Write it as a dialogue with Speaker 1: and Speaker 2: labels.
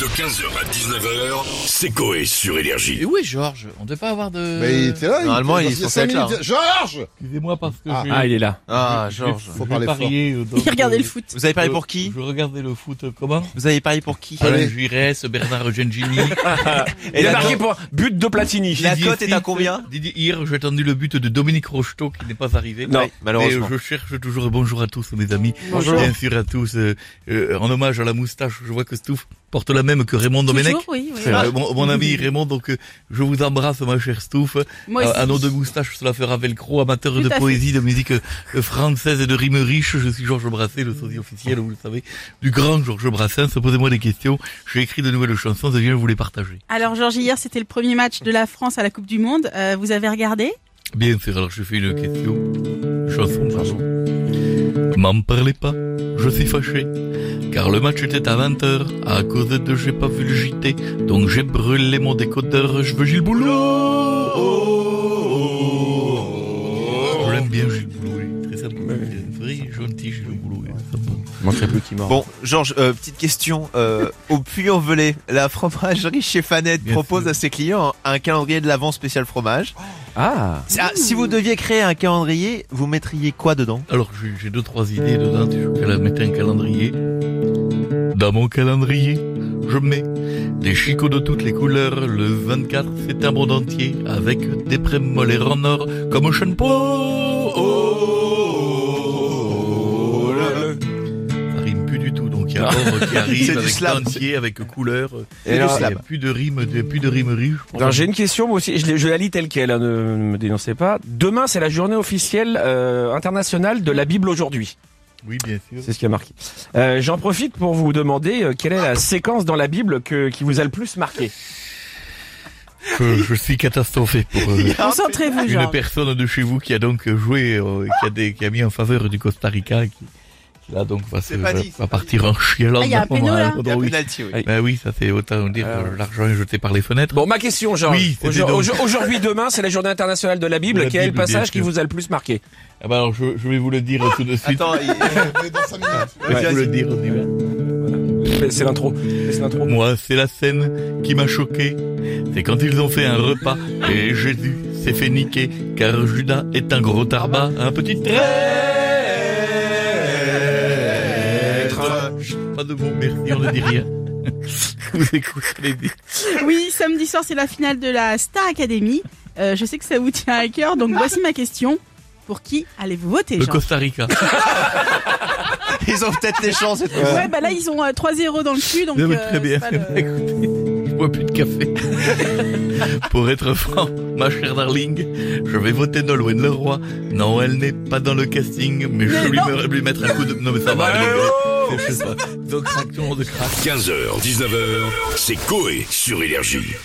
Speaker 1: De 15h à 19h, c'est Coé sur Énergie.
Speaker 2: Et où est Georges On devait pas avoir de.
Speaker 3: Mais il était là.
Speaker 4: Normalement, il est
Speaker 3: y a
Speaker 4: censé
Speaker 3: cinq
Speaker 4: être là, hein.
Speaker 3: minutes. Georges
Speaker 5: Excusez-moi parce que
Speaker 3: Ah,
Speaker 5: j'ai-
Speaker 4: Ah, il est là.
Speaker 5: j'ai-
Speaker 4: Ah,
Speaker 5: j'ai-
Speaker 4: Georges.
Speaker 3: Faut
Speaker 5: j'ai
Speaker 3: parler
Speaker 5: parié, euh, donc,
Speaker 6: Il regardait
Speaker 5: euh,
Speaker 6: le foot.
Speaker 4: Vous avez parlé
Speaker 5: je-
Speaker 4: pour qui
Speaker 5: Je regardais le foot euh, comment
Speaker 4: Vous avez parlé pour qui
Speaker 3: Allez.
Speaker 2: Alain Giresse, Bernard Gengini.
Speaker 4: Et
Speaker 2: Il
Speaker 4: la
Speaker 2: a marqué
Speaker 4: cote-
Speaker 2: pour
Speaker 1: But de Platini.
Speaker 4: La
Speaker 2: Didier
Speaker 4: cote est à
Speaker 2: Fritz.
Speaker 4: combien
Speaker 2: Didier, hier, j'ai attendu le but de Dominique Rocheteau qui n'est pas arrivé.
Speaker 1: Non,
Speaker 2: Ouais.
Speaker 4: malheureusement.
Speaker 2: Mais, euh, je cherche toujours bonjour à tous, mes amis.
Speaker 6: Bonjour.
Speaker 2: Bien sûr à tous. euh, euh, en hommage à la moustache, je vois que Stouff porte la même que Raymond Domenech.
Speaker 6: Toujours, oui, oui.
Speaker 4: C'est vrai.
Speaker 2: Euh, mon, mon ami Raymond, donc euh, je vous embrasse, ma chère Stouff.
Speaker 6: Moi
Speaker 2: Euh,
Speaker 6: aussi.
Speaker 2: à nos deux moustaches, cela fera velcro, amateur
Speaker 6: Tout
Speaker 2: de
Speaker 6: à fait.
Speaker 2: poésie, de musique euh, française et de rimes riches. Je suis Georges Brassens, le sosie officiel, vous le savez, du grand Georges Brassens. Posez-moi des questions. J'ai écrit de nouvelles chansons et je viens vous les partager.
Speaker 6: Alors, Georges, hier, c'était le premier match de la France à la Coupe du Monde. Euh, vous avez regardé
Speaker 2: Bien sûr, alors je fais une question. Chanson, pardon. M'en parlez pas, je suis fâché. Car le match était à 20h, à cause de j'ai pas vu le JT, donc j'ai brûlé mon décodeur, je veux Gilles Boulot. Je l'aime bien Gilles Boulot, il est très sympa, il est vrai, gentil Gilles Boulot. il est sympa.
Speaker 4: Bon, Georges, euh, petite question. euh, au Puy-en-Velay, la fromagerie chez Fanette
Speaker 2: Bien
Speaker 4: propose
Speaker 2: sûr.
Speaker 4: à ses clients un calendrier de l'avant spécial fromage. Ah. Si vous deviez créer un calendrier, vous mettriez quoi dedans
Speaker 2: Alors j'ai- j'ai deux trois idées dedans, si je voulais mettre un calendrier. Dans mon calendrier, je mets des chicots de toutes les couleurs. Le 24, c'est un monde entier avec des prémolaires en or comme Oh, Sean Paul. Ça rime plus du tout, donc il y a or qui
Speaker 4: C'est
Speaker 2: arrive
Speaker 4: du
Speaker 2: avec
Speaker 4: slam.
Speaker 2: entier, avec couleur.
Speaker 4: Et
Speaker 2: Il y
Speaker 4: alors-
Speaker 2: a plus de rimes, il y a plus de rimerie. je pense.
Speaker 7: Alors Eh ben, j'ai une question, moi aussi, je, l'ai- je la lis telle qu'elle, hein, ne me dénoncez pas. Demain, c'est la journée officielle euh, internationale de la Bible aujourd'hui.
Speaker 2: Oui, bien sûr.
Speaker 7: C'est ce qui a marqué. Euh, J'en profite pour vous demander euh, quelle est la séquence dans la Bible que, qui vous a le plus marqué.
Speaker 2: Je, je suis catastrophé pour. euh,
Speaker 6: Concentrez-vous,
Speaker 2: une
Speaker 6: Georges.
Speaker 2: personne de chez vous qui a donc joué, euh, qui, a des- qui a mis en faveur du Costa Rica, et qui, qui là donc va, se-
Speaker 4: C'est pas
Speaker 2: va-
Speaker 4: dit, c'est
Speaker 2: va
Speaker 4: pas
Speaker 2: partir en chialant.
Speaker 6: Ah, il y a un péno, là
Speaker 4: Il y a penalty, oui.
Speaker 2: Ben oui, ça c'est autant dire
Speaker 7: Ah,
Speaker 2: que l'argent est jeté par les fenêtres.
Speaker 7: Bon, ma question, Georges.
Speaker 2: Oui, c'était
Speaker 7: Aujourd-
Speaker 2: donc-
Speaker 7: aujourd- Aujourd'hui, demain, c'est la journée internationale de la Bible.
Speaker 2: De la
Speaker 7: Quel est le
Speaker 2: Bible, bien
Speaker 7: passage qui
Speaker 2: sûr.
Speaker 7: vous a le plus marqué
Speaker 2: Ah ben alors, je, je vais vous le dire tout de suite.
Speaker 4: Attends, il-
Speaker 3: On est dans cinq minutes.
Speaker 2: je vais
Speaker 7: ouais,
Speaker 2: vous le dire, on y va.
Speaker 7: Mais C'est l'intro. Mais C'est l'intro.
Speaker 2: Moi, c'est la scène qui m'a choqué. C'est quand ils ont fait un repas et Jésus s'est fait niquer car Judas est un gros tarbat, un petit traître. Pas de mots, merci, on ne dit rien. Vous écoutez les dix.
Speaker 6: Oui, samedi soir, c'est la finale de la Star Academy. Euh, je sais que ça vous tient à cœur, donc voici ma question. Pour qui allez-vous voter,
Speaker 2: Le
Speaker 6: Georges
Speaker 2: Costa Rica.
Speaker 4: ils ont peut-être des chances. cette fois.
Speaker 6: Ouais, bah là, ils ont euh, 3-0 dans le cul, donc...
Speaker 2: Ah oui,
Speaker 6: euh,
Speaker 2: très bien.
Speaker 6: c'est pas le-
Speaker 2: Écoutez, je bois plus de café. Pour être franc, ma chère darling, je vais voter Nolwenn Leroy. Non, elle n'est pas dans le casting, mais je vais lui, me- lui mettre un coup de... Non mais ça va,
Speaker 6: Eh
Speaker 2: allez,
Speaker 6: oh
Speaker 2: c'est- c'est- c'est pas- Donc, cinq tours de crack.
Speaker 1: 15h, 19h, c'est Coé sur Énergie.